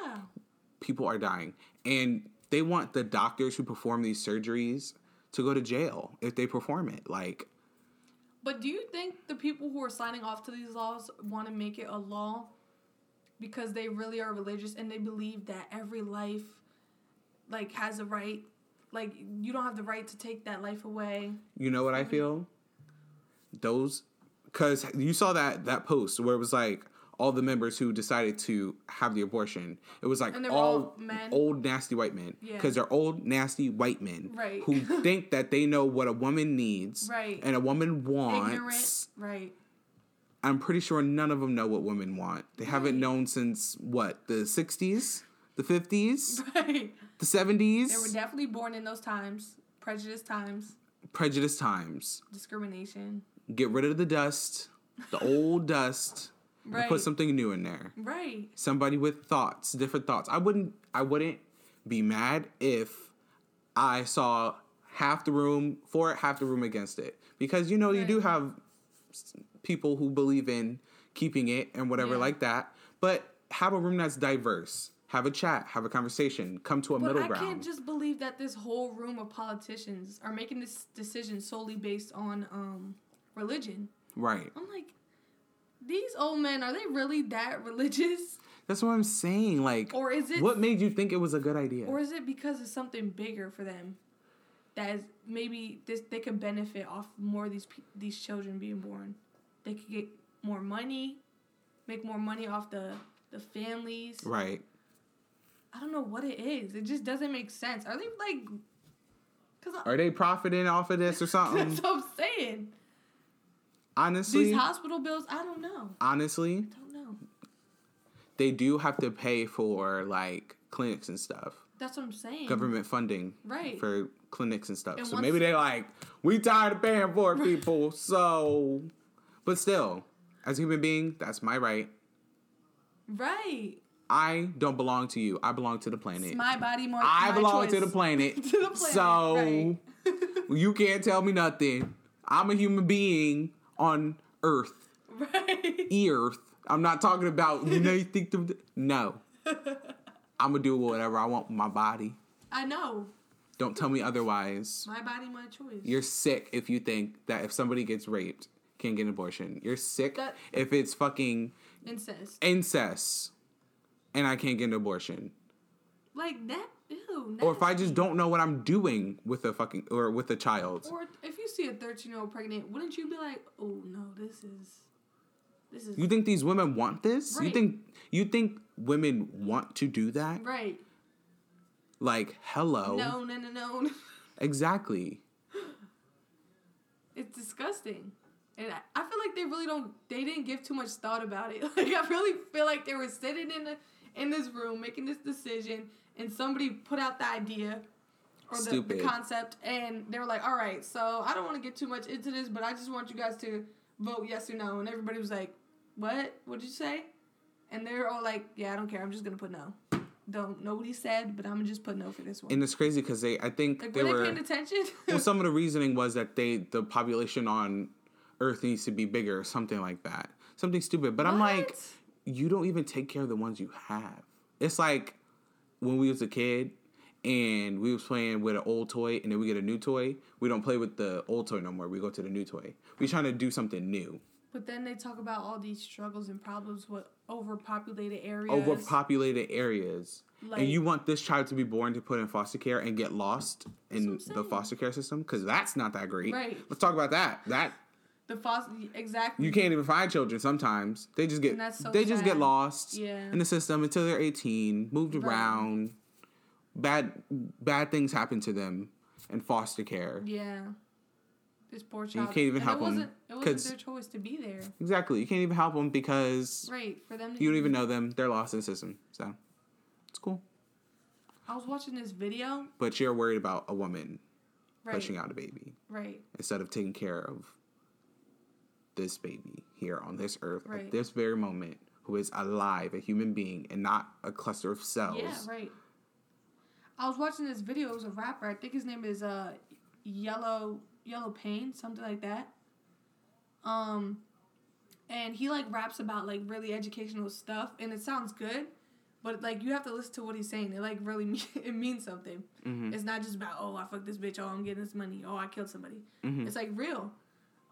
[SPEAKER 2] People are dying, and they want the doctors who perform these surgeries to go to jail if they perform it. Like,
[SPEAKER 1] But do you think the people who are signing off to these laws want to make it a law because they really are religious and they believe that every life like has a right like you don't have the right to take that life away.
[SPEAKER 2] You know what I feel? Those, because you saw that that post where it was like all the members who decided to have the abortion. It was like
[SPEAKER 1] And they were
[SPEAKER 2] all
[SPEAKER 1] all men?
[SPEAKER 2] old nasty white men,
[SPEAKER 1] Yeah.
[SPEAKER 2] because they're old nasty white men
[SPEAKER 1] Right.
[SPEAKER 2] who think that they know what a woman needs
[SPEAKER 1] Right.
[SPEAKER 2] and a woman wants.
[SPEAKER 1] Ignorant, right.
[SPEAKER 2] I'm pretty sure none of them know what women want. They haven't
[SPEAKER 1] Right.
[SPEAKER 2] known since what the '60s, the '50s,
[SPEAKER 1] Right.
[SPEAKER 2] the
[SPEAKER 1] They were
[SPEAKER 2] '70s,
[SPEAKER 1] definitely born in those times, prejudice times,
[SPEAKER 2] prejudice times.
[SPEAKER 1] discrimination.
[SPEAKER 2] Get rid of the dust, the old dust.
[SPEAKER 1] Right.
[SPEAKER 2] and put something new in there.
[SPEAKER 1] right.
[SPEAKER 2] Somebody with thoughts, different thoughts. I wouldn't I wouldn't be mad if I saw half the room for it, half the room against it. Because you know you do
[SPEAKER 1] Right.
[SPEAKER 2] have s- people who believe in keeping it and whatever
[SPEAKER 1] Yeah.
[SPEAKER 2] like that. But have a room that's diverse. Have a chat, have a conversation, come to a
[SPEAKER 1] But
[SPEAKER 2] middle
[SPEAKER 1] I
[SPEAKER 2] ground.
[SPEAKER 1] can't just believe that this whole room of politicians are making this decision solely based on um religion.
[SPEAKER 2] right.
[SPEAKER 1] I'm like, these old men are they really that religious,
[SPEAKER 2] That's what I'm saying. Like
[SPEAKER 1] or is it,
[SPEAKER 2] what made you think it was a good idea?
[SPEAKER 1] or is it because of something bigger for them? That is maybe this they could benefit off more of these pe- these children being born. They could get more money, make more money off the the families.
[SPEAKER 2] right.
[SPEAKER 1] I don't know what it is. It just doesn't make sense. Are they like? Cause I,
[SPEAKER 2] Are they profiting off of this or something?
[SPEAKER 1] that's what I'm saying.
[SPEAKER 2] Honestly,
[SPEAKER 1] These hospital bills, I don't know.
[SPEAKER 2] honestly,
[SPEAKER 1] I don't know.
[SPEAKER 2] they do have to pay for like clinics and stuff,
[SPEAKER 1] That's what I'm saying.
[SPEAKER 2] government funding
[SPEAKER 1] Mm-hmm. Right.
[SPEAKER 2] for clinics and stuff.
[SPEAKER 1] And
[SPEAKER 2] so
[SPEAKER 1] once-
[SPEAKER 2] maybe they like we tired of paying for it, people. so, but still, as a human being, that's my right.
[SPEAKER 1] Right.
[SPEAKER 2] I don't belong to you. I belong to the planet.
[SPEAKER 1] It's my body, my
[SPEAKER 2] I
[SPEAKER 1] my
[SPEAKER 2] belong to
[SPEAKER 1] choice.
[SPEAKER 2] the planet.
[SPEAKER 1] To the planet,
[SPEAKER 2] So
[SPEAKER 1] right.
[SPEAKER 2] you can't tell me nothing. I'm a human being on Earth.
[SPEAKER 1] Right.
[SPEAKER 2] Earth. I'm not talking about you know you think the, no. I'm gonna do whatever I want with my body.
[SPEAKER 1] I know.
[SPEAKER 2] Don't tell me otherwise.
[SPEAKER 1] My body, my choice.
[SPEAKER 2] You're sick if you think that if somebody gets raped, can't get an abortion. You're sick
[SPEAKER 1] That-
[SPEAKER 2] if it's fucking
[SPEAKER 1] Incest.
[SPEAKER 2] incest and I can't get an abortion.
[SPEAKER 1] Like that. Ew.
[SPEAKER 2] Or if I
[SPEAKER 1] nasty.
[SPEAKER 2] just don't know what I'm doing with a fucking or with a child.
[SPEAKER 1] Or if you see a 13 year old pregnant, wouldn't you be like, oh no, this is. This is.
[SPEAKER 2] You think these women want this? You
[SPEAKER 1] Right.
[SPEAKER 2] think you think women want to do that?
[SPEAKER 1] right.
[SPEAKER 2] Like hello.
[SPEAKER 1] No, no, no, no.
[SPEAKER 2] Exactly.
[SPEAKER 1] it's disgusting. And I, I feel like they really don't. They didn't give too much thought about it. Like I really feel like they were sitting in the, in this room making this decision, and somebody put out the idea or the, the
[SPEAKER 2] Stupid.
[SPEAKER 1] concept, and they were like, "All right, so I don't want to get too much into this, but I just want you guys to vote yes or no." And everybody was like, "What? What'd you say?" And they're all like, "Yeah, I don't care. I'm just gonna put no. Don't know what he said, but I'm gonna just put no for this one."
[SPEAKER 2] And it's crazy because they, I think
[SPEAKER 1] like
[SPEAKER 2] they
[SPEAKER 1] were they
[SPEAKER 2] were.
[SPEAKER 1] paying attention?
[SPEAKER 2] well, some of the reasoning was that they, the population on Earth needs to be bigger or something like that. Something stupid. But I'm like,
[SPEAKER 1] What?
[SPEAKER 2] you don't even take care of the ones you have. It's like when we was a kid and we was playing with an old toy and then we get a new toy. We don't play with the old toy no more. We go to the new toy. We trying to do something new.
[SPEAKER 1] But then they talk about all these struggles and problems with overpopulated areas.
[SPEAKER 2] Overpopulated areas.
[SPEAKER 1] Like-
[SPEAKER 2] and you want this child to be born to put in foster care and get lost in
[SPEAKER 1] That's what I'm
[SPEAKER 2] the
[SPEAKER 1] saying.
[SPEAKER 2] foster care system because that's not that great.
[SPEAKER 1] Right.
[SPEAKER 2] Let's talk about that. That
[SPEAKER 1] the foster exactly.
[SPEAKER 2] you can't even find children sometimes. They just get
[SPEAKER 1] And that's so
[SPEAKER 2] they just get
[SPEAKER 1] sad.
[SPEAKER 2] lost
[SPEAKER 1] Yeah.
[SPEAKER 2] in the system until they're 18, moved
[SPEAKER 1] Right.
[SPEAKER 2] around. Bad bad things happen to them in foster care.
[SPEAKER 1] Yeah. This poor child.
[SPEAKER 2] can't
[SPEAKER 1] and
[SPEAKER 2] even help
[SPEAKER 1] it
[SPEAKER 2] 'em,
[SPEAKER 1] wasn't, It wasn't
[SPEAKER 2] 'cause-
[SPEAKER 1] their choice to be there.
[SPEAKER 2] Exactly. You can't even help them because
[SPEAKER 1] Right for them. To
[SPEAKER 2] you don't even know them. They're lost in the system. So it's cool.
[SPEAKER 1] I was watching this video.
[SPEAKER 2] But you're worried about a woman
[SPEAKER 1] Right.
[SPEAKER 2] pushing out a baby
[SPEAKER 1] Right.
[SPEAKER 2] instead of taking care of this baby here on this earth
[SPEAKER 1] Right.
[SPEAKER 2] at this very moment who is alive, a human being, and not a cluster of cells.
[SPEAKER 1] Yeah. Right. I was watching this video. It was a rapper. I think his name is uh, Yellow Yellow Pain, something like that. Um, and he like raps about like really educational stuff, and it sounds good, but like you have to listen to what he's saying. It like really me- it means something.
[SPEAKER 2] Mhm.
[SPEAKER 1] It's not just about oh I fucked this bitch, oh I'm getting this money, oh I killed somebody.
[SPEAKER 2] Mhm.
[SPEAKER 1] It's like real.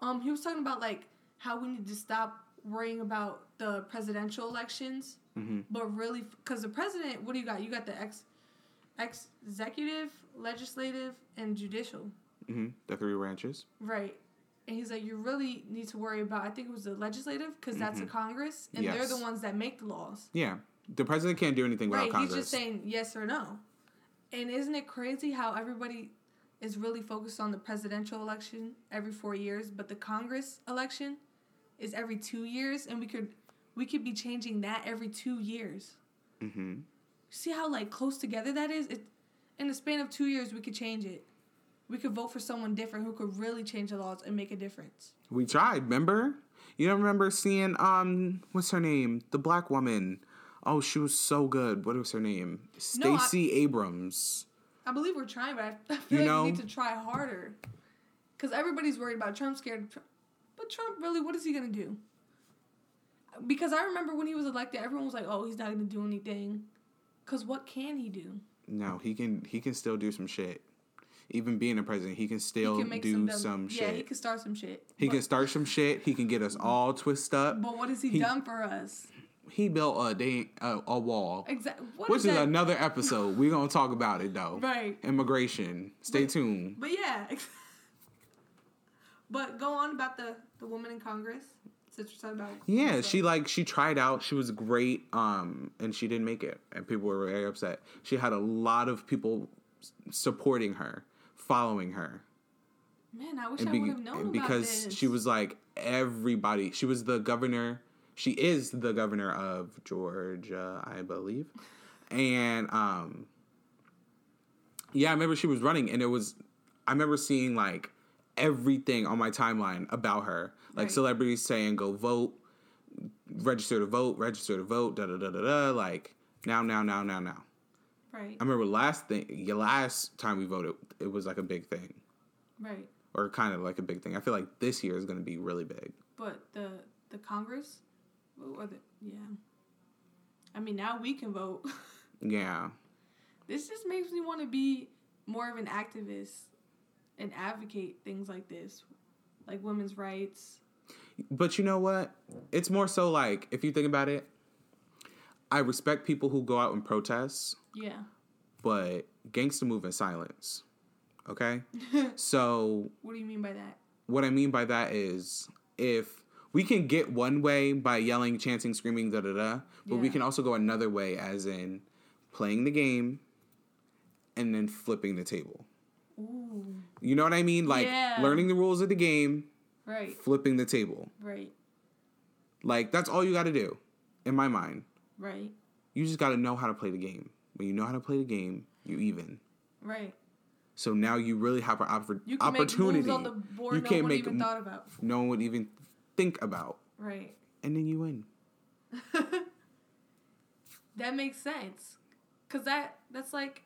[SPEAKER 1] Um, he was talking about like how we need to stop worrying about the presidential elections,
[SPEAKER 2] Mhm.
[SPEAKER 1] but really because the president, what do you got? You got the ex, executive, legislative, and judicial,
[SPEAKER 2] hmm The three ranches.
[SPEAKER 1] right? And he's like, you really need to worry about. I think it was the legislative because that's the Congress, and they're
[SPEAKER 2] Mm-hmm. Yes.
[SPEAKER 1] the ones that make the laws.
[SPEAKER 2] Yeah. The president can't do anything without
[SPEAKER 1] Right,
[SPEAKER 2] Congress.
[SPEAKER 1] he's just saying yes or no. And isn't it crazy how everybody is really focused on the presidential election every four years, but the Congress election is every two years, and we could we could be changing that every two years.
[SPEAKER 2] hmm
[SPEAKER 1] See how like close together that is? It in the span of two years we could change it. We could vote for someone different who could really change the laws and make a difference.
[SPEAKER 2] We tried, remember? You don't remember seeing um what's her name? The black woman. Oh, she was so good. What was her name?
[SPEAKER 1] No, I-
[SPEAKER 2] Stacey Abrams.
[SPEAKER 1] I believe we're trying, but I- I feel like
[SPEAKER 2] know-
[SPEAKER 1] we need to try harder. Because everybody's worried about Trump, scared of Trump. But Trump, really, what is he going to do? Because I remember when he was elected, everyone was like, oh, he's not going to do anything. Because what can he do?
[SPEAKER 2] No, he can he can still do some shit. Even being a president, he can
[SPEAKER 1] He
[SPEAKER 2] still do some,
[SPEAKER 1] dumb-
[SPEAKER 2] shit.
[SPEAKER 1] Yeah, he can start some shit. but,
[SPEAKER 2] start some shit. He can get us all twist up.
[SPEAKER 1] But what has he,
[SPEAKER 2] he-
[SPEAKER 1] done for us?
[SPEAKER 2] He built a dang, a, a wall,
[SPEAKER 1] Exactly.
[SPEAKER 2] which is another episode. We're gonna talk about it though.
[SPEAKER 1] Right.
[SPEAKER 2] Immigration. Stay
[SPEAKER 1] But-
[SPEAKER 2] tuned.
[SPEAKER 1] But yeah. but go on about the, the woman in Congress. Since you're talking about.
[SPEAKER 2] Yeah,
[SPEAKER 1] Lisa.
[SPEAKER 2] she like she tried out. She was great, um, and she didn't make it, and people were very upset. She had a lot of people s- supporting her, following her,
[SPEAKER 1] Man, I wish
[SPEAKER 2] and
[SPEAKER 1] I
[SPEAKER 2] be-
[SPEAKER 1] would have known about
[SPEAKER 2] because
[SPEAKER 1] this.
[SPEAKER 2] she was like everybody. She was the governor. She is the governor of Georgia, I believe, and um, yeah, I remember she was running, and it was. I remember seeing like everything on my timeline about her, like
[SPEAKER 1] Right.
[SPEAKER 2] celebrities saying go vote, register to vote, register to vote, da da da da da. Like now, now, now, now, now.
[SPEAKER 1] Right.
[SPEAKER 2] I remember last thing, yeah, last time we voted, it was like a big thing
[SPEAKER 1] Right.
[SPEAKER 2] or kind of like a big thing. I feel like this year is going to be really big.
[SPEAKER 1] But the the Congress, or the yeah. I mean, now we can vote.
[SPEAKER 2] Yeah.
[SPEAKER 1] this just makes me want to be more of an activist and advocate things like this, like women's rights.
[SPEAKER 2] But you know what? It's more so like if you think about it, I respect people who go out and protest,
[SPEAKER 1] Yeah.
[SPEAKER 2] but gangster move in silence. Okay? so
[SPEAKER 1] what do you mean by that?
[SPEAKER 2] what I mean by that is if we can get one way by yelling, chanting, screaming, da da da, but we
[SPEAKER 1] Yeah.
[SPEAKER 2] can also go another way as in playing the game and then flipping the table.
[SPEAKER 1] Ooh.
[SPEAKER 2] You know what I mean? Like
[SPEAKER 1] Yeah.
[SPEAKER 2] learning the rules of the game,
[SPEAKER 1] Right.
[SPEAKER 2] flipping the table.
[SPEAKER 1] Right.
[SPEAKER 2] Like that's all you got to do, in my mind.
[SPEAKER 1] Right.
[SPEAKER 2] You just got to know how to play the game. When you know how to play the game, you even.
[SPEAKER 1] Right.
[SPEAKER 2] So now you really have an oppor-
[SPEAKER 1] You can
[SPEAKER 2] opportunity.
[SPEAKER 1] make moves on the board
[SPEAKER 2] You
[SPEAKER 1] no
[SPEAKER 2] can't
[SPEAKER 1] one
[SPEAKER 2] make
[SPEAKER 1] even
[SPEAKER 2] m-
[SPEAKER 1] thought about.
[SPEAKER 2] no one would even think about,
[SPEAKER 1] Right.
[SPEAKER 2] and then you win.
[SPEAKER 1] that makes sense because that that's like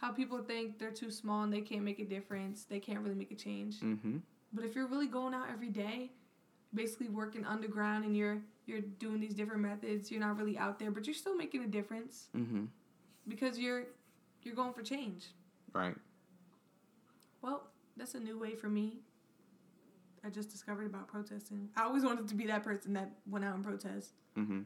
[SPEAKER 1] how people think they're too small and they can't make a difference they can't really make a change
[SPEAKER 2] Mm-hmm.
[SPEAKER 1] but if you're really going out every day basically working underground and you're you're doing these different methods you're not really out there but you're still making a difference
[SPEAKER 2] Mm-hmm.
[SPEAKER 1] because you're You're going for change.
[SPEAKER 2] right?
[SPEAKER 1] Well, that's a new way for me. I just discovered about protesting. I always wanted to be that person that went out and protest.
[SPEAKER 2] hmm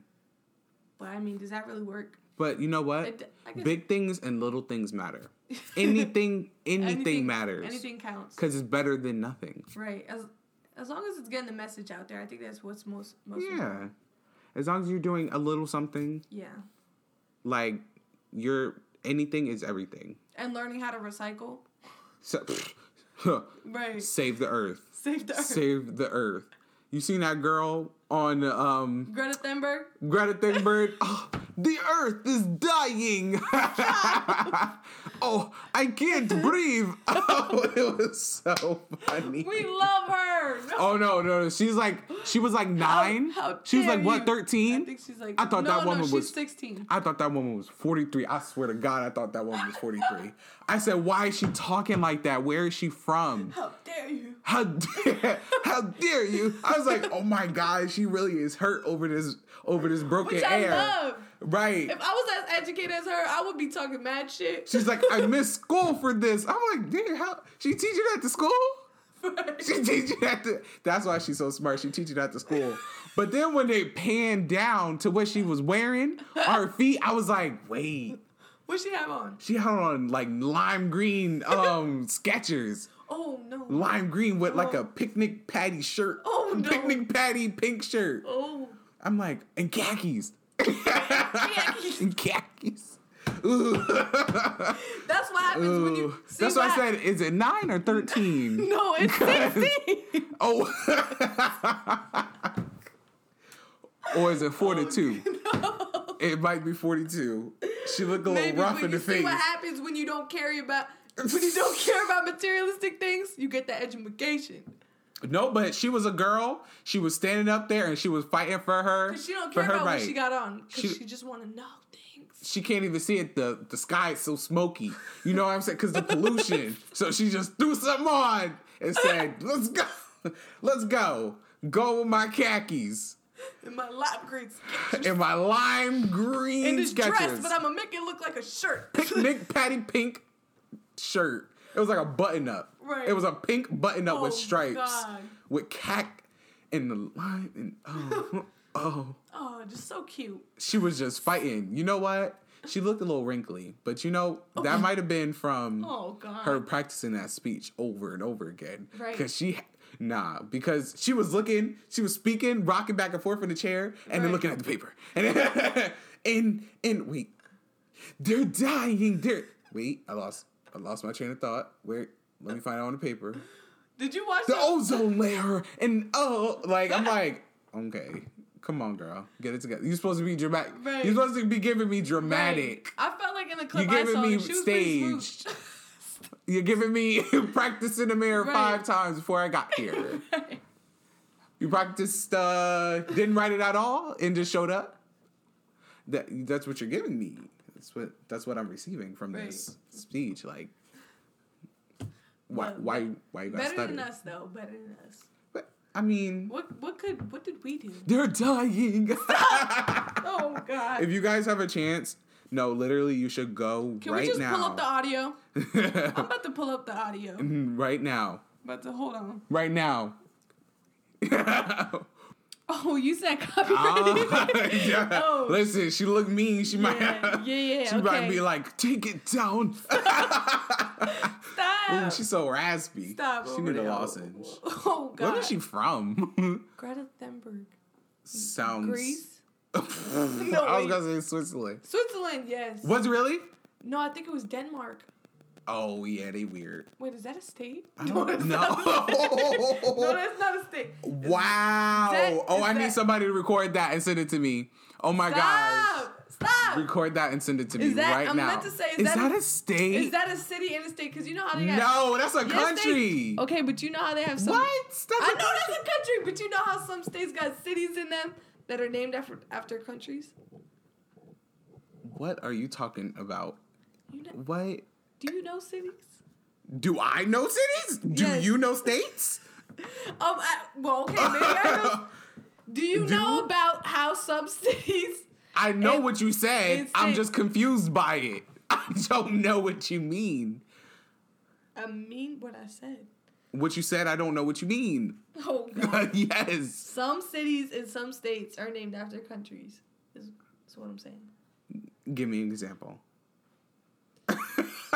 [SPEAKER 1] But I mean, does that really work?
[SPEAKER 2] But you know what?
[SPEAKER 1] It, I guess
[SPEAKER 2] Big things and little things matter. Anything, anything, matters.
[SPEAKER 1] Anything counts.
[SPEAKER 2] Because it's better than nothing.
[SPEAKER 1] Right. As as long as it's getting the message out there, I think that's what's most most important.
[SPEAKER 2] Yeah. As long as you're doing a little something,
[SPEAKER 1] Yeah.
[SPEAKER 2] like you're anything is everything.
[SPEAKER 1] And learning how to recycle.
[SPEAKER 2] So,
[SPEAKER 1] Right.
[SPEAKER 2] save the earth.
[SPEAKER 1] Save the earth.
[SPEAKER 2] Save the earth. You seen that girl on um
[SPEAKER 1] Greta Thunberg.
[SPEAKER 2] Greta Thunberg? oh, the earth is dying. oh, I can't breathe. Oh, it was so funny.
[SPEAKER 1] We love her. No.
[SPEAKER 2] Oh no, no, no. She's like she was like nine.
[SPEAKER 1] how
[SPEAKER 2] she was
[SPEAKER 1] dare
[SPEAKER 2] like what,
[SPEAKER 1] you. I
[SPEAKER 2] thirteen?
[SPEAKER 1] think she's like.
[SPEAKER 2] I thought
[SPEAKER 1] no,
[SPEAKER 2] that woman
[SPEAKER 1] no, she's
[SPEAKER 2] was-
[SPEAKER 1] sixteen.
[SPEAKER 2] I thought that woman was 43. I swear to God, I thought that woman was 43. I said, why is she talking like that? Where is she from?
[SPEAKER 1] How dare you?
[SPEAKER 2] How dare, how dare you? I was like, oh my God, she really is hurt over this over this broken
[SPEAKER 1] Which I
[SPEAKER 2] air.
[SPEAKER 1] love.
[SPEAKER 2] Right.
[SPEAKER 1] If I was as educated as her, I would be talking mad shit.
[SPEAKER 2] She's like, I missed school for this. I'm like, dang, how she teach you that to school? She teach you that to, that's why she's so smart. She teach you that to school. But then when they panned down to what she was wearing on her feet, I was like, wait.
[SPEAKER 1] what she have on?
[SPEAKER 2] She had on like lime green um Skechers.
[SPEAKER 1] Oh no.
[SPEAKER 2] Lime green with like a picnic patty shirt.
[SPEAKER 1] Oh, no.
[SPEAKER 2] Picnic patty pink shirt.
[SPEAKER 1] Oh.
[SPEAKER 2] I'm like, and khakis.
[SPEAKER 1] Khakis.
[SPEAKER 2] and khakis. Ooh.
[SPEAKER 1] That's what happens when you.
[SPEAKER 2] Ooh.
[SPEAKER 1] See
[SPEAKER 2] That's why I
[SPEAKER 1] what-
[SPEAKER 2] said, is it nine or thirteen?
[SPEAKER 1] No, it's
[SPEAKER 2] Because-
[SPEAKER 1] sixteen.
[SPEAKER 2] Oh. or is it 42?
[SPEAKER 1] Oh, no.
[SPEAKER 2] It might be 42. She looked a little
[SPEAKER 1] Maybe
[SPEAKER 2] rough
[SPEAKER 1] when
[SPEAKER 2] in
[SPEAKER 1] you
[SPEAKER 2] the
[SPEAKER 1] see
[SPEAKER 2] face.
[SPEAKER 1] what happens when you don't care about when you don't care about materialistic things, you get that education.
[SPEAKER 2] No, but she was a girl. She was standing up there and she was fighting for her.
[SPEAKER 1] But she don't
[SPEAKER 2] for
[SPEAKER 1] care
[SPEAKER 2] her
[SPEAKER 1] about
[SPEAKER 2] right.
[SPEAKER 1] what she got on because
[SPEAKER 2] She-
[SPEAKER 1] she, just want to know things.
[SPEAKER 2] She can't even see it. The the sky is so smoky. You know what I'm saying? Because the pollution. so she just threw something on and said, "Let's go, let's go, go with my khakis
[SPEAKER 1] In my lap grades,
[SPEAKER 2] and my lime green
[SPEAKER 1] in this dress,
[SPEAKER 2] Skechers."
[SPEAKER 1] but I'm gonna make it look like a shirt.
[SPEAKER 2] picnic patty pink shirt. It was like a button up.
[SPEAKER 1] Right.
[SPEAKER 2] It was a pink button up with
[SPEAKER 1] Oh,
[SPEAKER 2] stripes,
[SPEAKER 1] God.
[SPEAKER 2] with cack and the line and oh oh.
[SPEAKER 1] oh, just so cute.
[SPEAKER 2] She was just fighting. You know what? She looked a little wrinkly, but you know that might have been from
[SPEAKER 1] Oh God.
[SPEAKER 2] her practicing that speech over and over again.
[SPEAKER 1] Right.
[SPEAKER 2] Because she. Nah, because she was looking, she was speaking, rocking back and forth in the chair, and
[SPEAKER 1] Right.
[SPEAKER 2] then looking at the paper, and then, and and wait, they're dying. They're wait, I lost, I lost my train of thought. Wait, let me find it on the paper.
[SPEAKER 1] Did you watch
[SPEAKER 2] The
[SPEAKER 1] that?
[SPEAKER 2] ozone layer, and oh, like I'm like, okay, come on, girl, get it together. You're supposed to be dramatic.
[SPEAKER 1] Right.
[SPEAKER 2] You're supposed to be giving me dramatic.
[SPEAKER 1] I felt like in the clip
[SPEAKER 2] You
[SPEAKER 1] I
[SPEAKER 2] giving
[SPEAKER 1] saw,
[SPEAKER 2] me
[SPEAKER 1] me she was pretty smooth.
[SPEAKER 2] You're giving me practice in the mirror
[SPEAKER 1] Right.
[SPEAKER 2] five times before I got here. You practiced, uh, didn't write it at all, and just showed up. That that's what you're giving me. That's what that's what I'm receiving from this speech. Like, why
[SPEAKER 1] Well,
[SPEAKER 2] why why you guys
[SPEAKER 1] Better than
[SPEAKER 2] stutter?
[SPEAKER 1] us though. Better than us.
[SPEAKER 2] But, I mean,
[SPEAKER 1] What what could what did we do?
[SPEAKER 2] they're dying.
[SPEAKER 1] Oh God.
[SPEAKER 2] if you guys have a chance, no, literally, you should go
[SPEAKER 1] Can
[SPEAKER 2] right
[SPEAKER 1] we just
[SPEAKER 2] now. Hmm,
[SPEAKER 1] pull up the audio? I'm about to pull up the audio.
[SPEAKER 2] right now,
[SPEAKER 1] about to hold on.
[SPEAKER 2] right now.
[SPEAKER 1] Oh, you said copyrighted.
[SPEAKER 2] Ah, yeah.
[SPEAKER 1] Oh.
[SPEAKER 2] Listen, she look mean. She might.
[SPEAKER 1] Yeah, yeah, yeah,
[SPEAKER 2] she might
[SPEAKER 1] okay.
[SPEAKER 2] be like, take it down.
[SPEAKER 1] Stop.
[SPEAKER 2] She's so raspy.
[SPEAKER 1] Stop.
[SPEAKER 2] She
[SPEAKER 1] over
[SPEAKER 2] need a
[SPEAKER 1] there.
[SPEAKER 2] lozenge.
[SPEAKER 1] Oh God.
[SPEAKER 2] Where is she from?
[SPEAKER 1] Greta Thunberg.
[SPEAKER 2] Sounds.
[SPEAKER 1] Greece.
[SPEAKER 2] I was
[SPEAKER 1] wait.
[SPEAKER 2] gonna say Switzerland.
[SPEAKER 1] Switzerland. Yes.
[SPEAKER 2] Was it really?
[SPEAKER 1] No, I think it was Denmark.
[SPEAKER 2] Oh yeah, they weird.
[SPEAKER 1] Wait, is that a state?
[SPEAKER 2] I don't Oh
[SPEAKER 1] No,
[SPEAKER 2] know.
[SPEAKER 1] that's not a state.
[SPEAKER 2] wow.
[SPEAKER 1] that-
[SPEAKER 2] oh,
[SPEAKER 1] is
[SPEAKER 2] I need
[SPEAKER 1] that-
[SPEAKER 2] somebody to record that and send it to me. Oh my gosh.
[SPEAKER 1] Stop. Stop.
[SPEAKER 2] Record that and send it to me
[SPEAKER 1] that-
[SPEAKER 2] right
[SPEAKER 1] I'm
[SPEAKER 2] now.
[SPEAKER 1] meant to say, is
[SPEAKER 2] is
[SPEAKER 1] that
[SPEAKER 2] that,
[SPEAKER 1] a-
[SPEAKER 2] a state?
[SPEAKER 1] Is that a city and a state? Because you know how they have.
[SPEAKER 2] No, that's a
[SPEAKER 1] Yes, they-
[SPEAKER 2] country.
[SPEAKER 1] Okay, but you know how they have some.
[SPEAKER 2] What? That's
[SPEAKER 1] I
[SPEAKER 2] a
[SPEAKER 1] know that's a country, but you know how some states got cities in them that are named after after countries.
[SPEAKER 2] What are you talking about?
[SPEAKER 1] You know,
[SPEAKER 2] What?
[SPEAKER 1] do you know cities?
[SPEAKER 2] Do I know cities? Do
[SPEAKER 1] Yes.
[SPEAKER 2] you know states?
[SPEAKER 1] Um, I, well, okay, maybe I know. Do you
[SPEAKER 2] Do-
[SPEAKER 1] know about how some cities?
[SPEAKER 2] I know
[SPEAKER 1] It-
[SPEAKER 2] what you said.
[SPEAKER 1] it's
[SPEAKER 2] I'm
[SPEAKER 1] it.
[SPEAKER 2] just confused by it. I don't know what you mean.
[SPEAKER 1] I mean what I said.
[SPEAKER 2] What you said, I don't know what you mean.
[SPEAKER 1] Oh God.
[SPEAKER 2] yes.
[SPEAKER 1] some cities in some states are named after countries. Is, is what I'm saying.
[SPEAKER 2] Give me an example.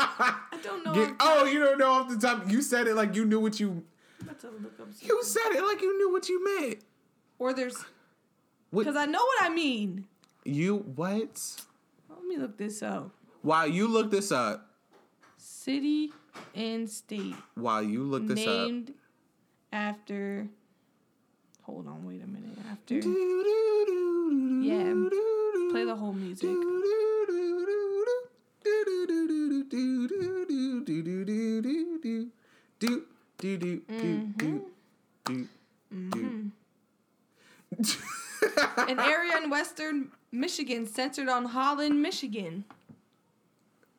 [SPEAKER 1] I don't know.
[SPEAKER 2] Get- oh, you don't know off the top. You said it like you knew what you.
[SPEAKER 1] I'm about to look up. something.
[SPEAKER 2] You said it like you knew what you meant.
[SPEAKER 1] Or there's because
[SPEAKER 2] What
[SPEAKER 1] I know what I mean.
[SPEAKER 2] you what?
[SPEAKER 1] Let me look this up.
[SPEAKER 2] While you look this up,
[SPEAKER 1] City and state
[SPEAKER 2] while you look this up.
[SPEAKER 1] named after. Hold on, wait a minute. After Yeah. play the whole music.
[SPEAKER 2] Mm-hmm.
[SPEAKER 1] An area in western Michigan centered on Holland, Michigan.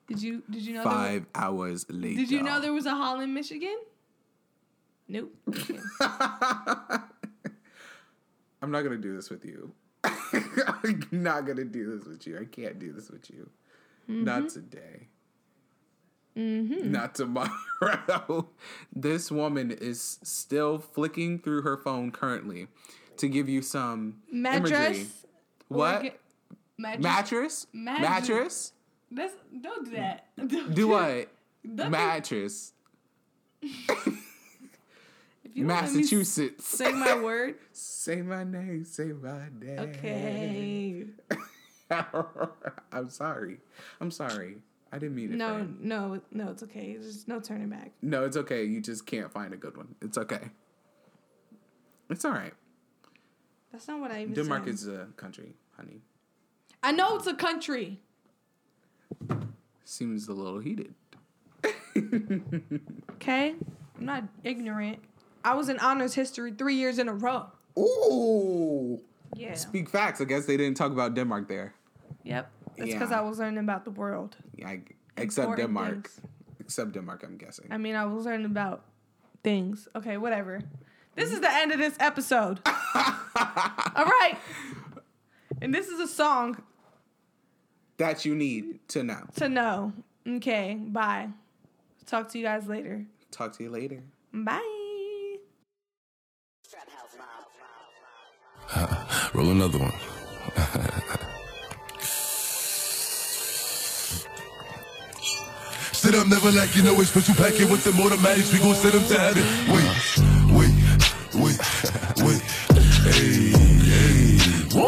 [SPEAKER 1] Did you did you know there wa-
[SPEAKER 2] Five hours later.
[SPEAKER 1] Did you know there was a Holland, Michigan? Nope. Okay.
[SPEAKER 2] I'm not gonna do this with you. I'm not gonna do this with you. I can't do this with you. Not
[SPEAKER 1] Mm-hmm.
[SPEAKER 2] today.
[SPEAKER 1] Hmm.
[SPEAKER 2] Not tomorrow. this woman is still flicking through her phone currently to give you some imagery.
[SPEAKER 1] Mattress.
[SPEAKER 2] What
[SPEAKER 1] Orga- mattress.
[SPEAKER 2] mattress?
[SPEAKER 1] Mattress.
[SPEAKER 2] Mattress?
[SPEAKER 1] That's, don't do that.
[SPEAKER 2] Do what?
[SPEAKER 1] Don't
[SPEAKER 2] mattress.
[SPEAKER 1] do- if you don't let me
[SPEAKER 2] Massachusetts.
[SPEAKER 1] Say my word.
[SPEAKER 2] Say my name. Say my name.
[SPEAKER 1] Okay.
[SPEAKER 2] I'm sorry. I'm sorry. I didn't mean it.
[SPEAKER 1] No,
[SPEAKER 2] friend.
[SPEAKER 1] no, no. It's okay. There's no turning back.
[SPEAKER 2] No, it's okay. You just can't find a good one. It's okay. It's all right.
[SPEAKER 1] That's not what I even
[SPEAKER 2] Denmark
[SPEAKER 1] said.
[SPEAKER 2] is a country, honey.
[SPEAKER 1] I know it's a country.
[SPEAKER 2] Seems a little heated.
[SPEAKER 1] Okay. I'm not ignorant. I was in honors history three years in a row.
[SPEAKER 2] Ooh.
[SPEAKER 1] Yeah.
[SPEAKER 2] Speak facts. I guess they didn't talk about Denmark there.
[SPEAKER 1] Yep. That's because
[SPEAKER 2] Yeah.
[SPEAKER 1] I was learning about the world.
[SPEAKER 2] Yeah, I, except
[SPEAKER 1] Important
[SPEAKER 2] Denmark.
[SPEAKER 1] things.
[SPEAKER 2] Except Denmark, I'm guessing.
[SPEAKER 1] I mean, I was learning about things. Okay, whatever. This is the end of this episode. All right. And this is a song
[SPEAKER 2] that you need to know.
[SPEAKER 1] to know. Okay, bye. Talk to you guys later.
[SPEAKER 2] Talk to you later.
[SPEAKER 1] Bye.
[SPEAKER 3] Roll another one. Sit up, never lack, you know it's special packet with them automatics. We gon' set them to heaven. Wait, wait, wait, wait. Hey, hey. Woo!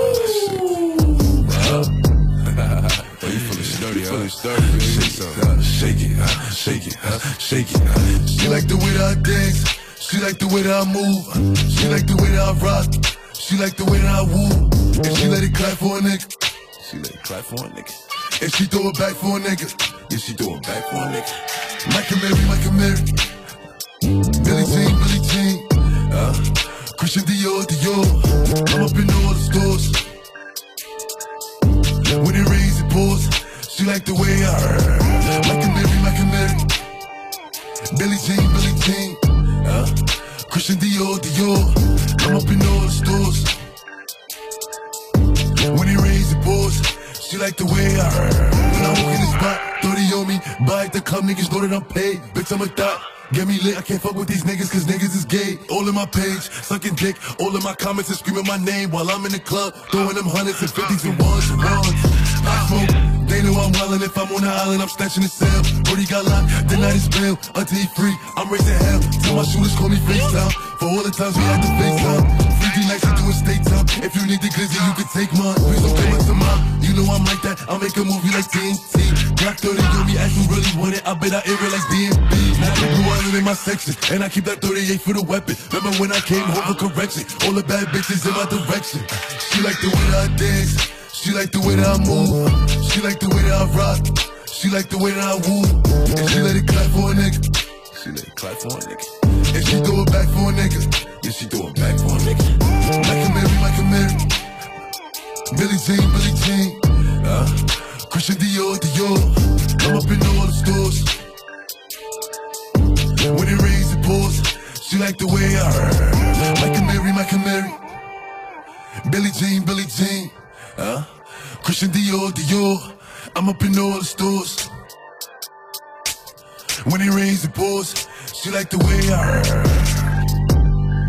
[SPEAKER 3] Oh, you feeling sturdy, you feeling sturdy, baby. Shake, something, uh, shake it, uh, shake it, uh, shake it. uh. She like the way that I dance. She like the way that I move. She like the way that I rock. She like the way that I woo. And she let it clap for a nigga. She let it clap for a nigga. And she throw it back for a nigga. Yeah, she throw it back for a nigga. Michael Mary, Michael Mary. Billy Jean, Billy Jean. Uh, Christian Dior, Dior. I'm up in all the stores. When it rains, it pours. She like the way I like a Mary, like a Mary. Billy Jean, Billy Jean. Uh, Christian Dior, Dior. I'm up in all the stores. When it rains, it pours. She like the way I When I walk in the spot, 30 on me. Buy at the club, niggas know that I'm paid. Bitch, I'm a thot. Get me lit, I can't fuck with these niggas cause niggas is gay. All in my page, sucking dick. All in my comments and screaming my name while I'm in the club. Throwing them hundreds and fifties and ones and ones. I smoke, they know I'm wildin'. If I'm on the island, I'm snatching the cell. Brody got locked, the night is bail. Until he free, I'm raising hell. Till my shooters call me FaceTime. For all the times we had to FaceTime. Freaky nights, I do a state time. If you need the glizzy, you can take mine. Please don't come up to mine. You know I'm like that. I'll make a movie like TNT. Black 30 on me, as you really want it. I bet I air it like DMB. Now you know I live in my section, and I keep that 38 for the weapon. Remember when I came home for correction? All the bad bitches in my direction. She like the way that I dance. She like the way that I move. She like the way that I rock. She like the way that I woo. And she let it clap for a nigga. She let it clap for a nigga. And she throw it back for a nigga. Yeah, she throw it back for a nigga. Like a Mary, like a Mary. Billy Jean, Billy Jean. Uh, Christian Dior, Dior. I'm up in all the stores. When it rains, it pours. She like the way I Like a Mary, like a Mary. Billy Jean, Billy Jean. Uh, Christian Dior, Dior. I'm up in all the stores. When it rains, it pours. She like the way I.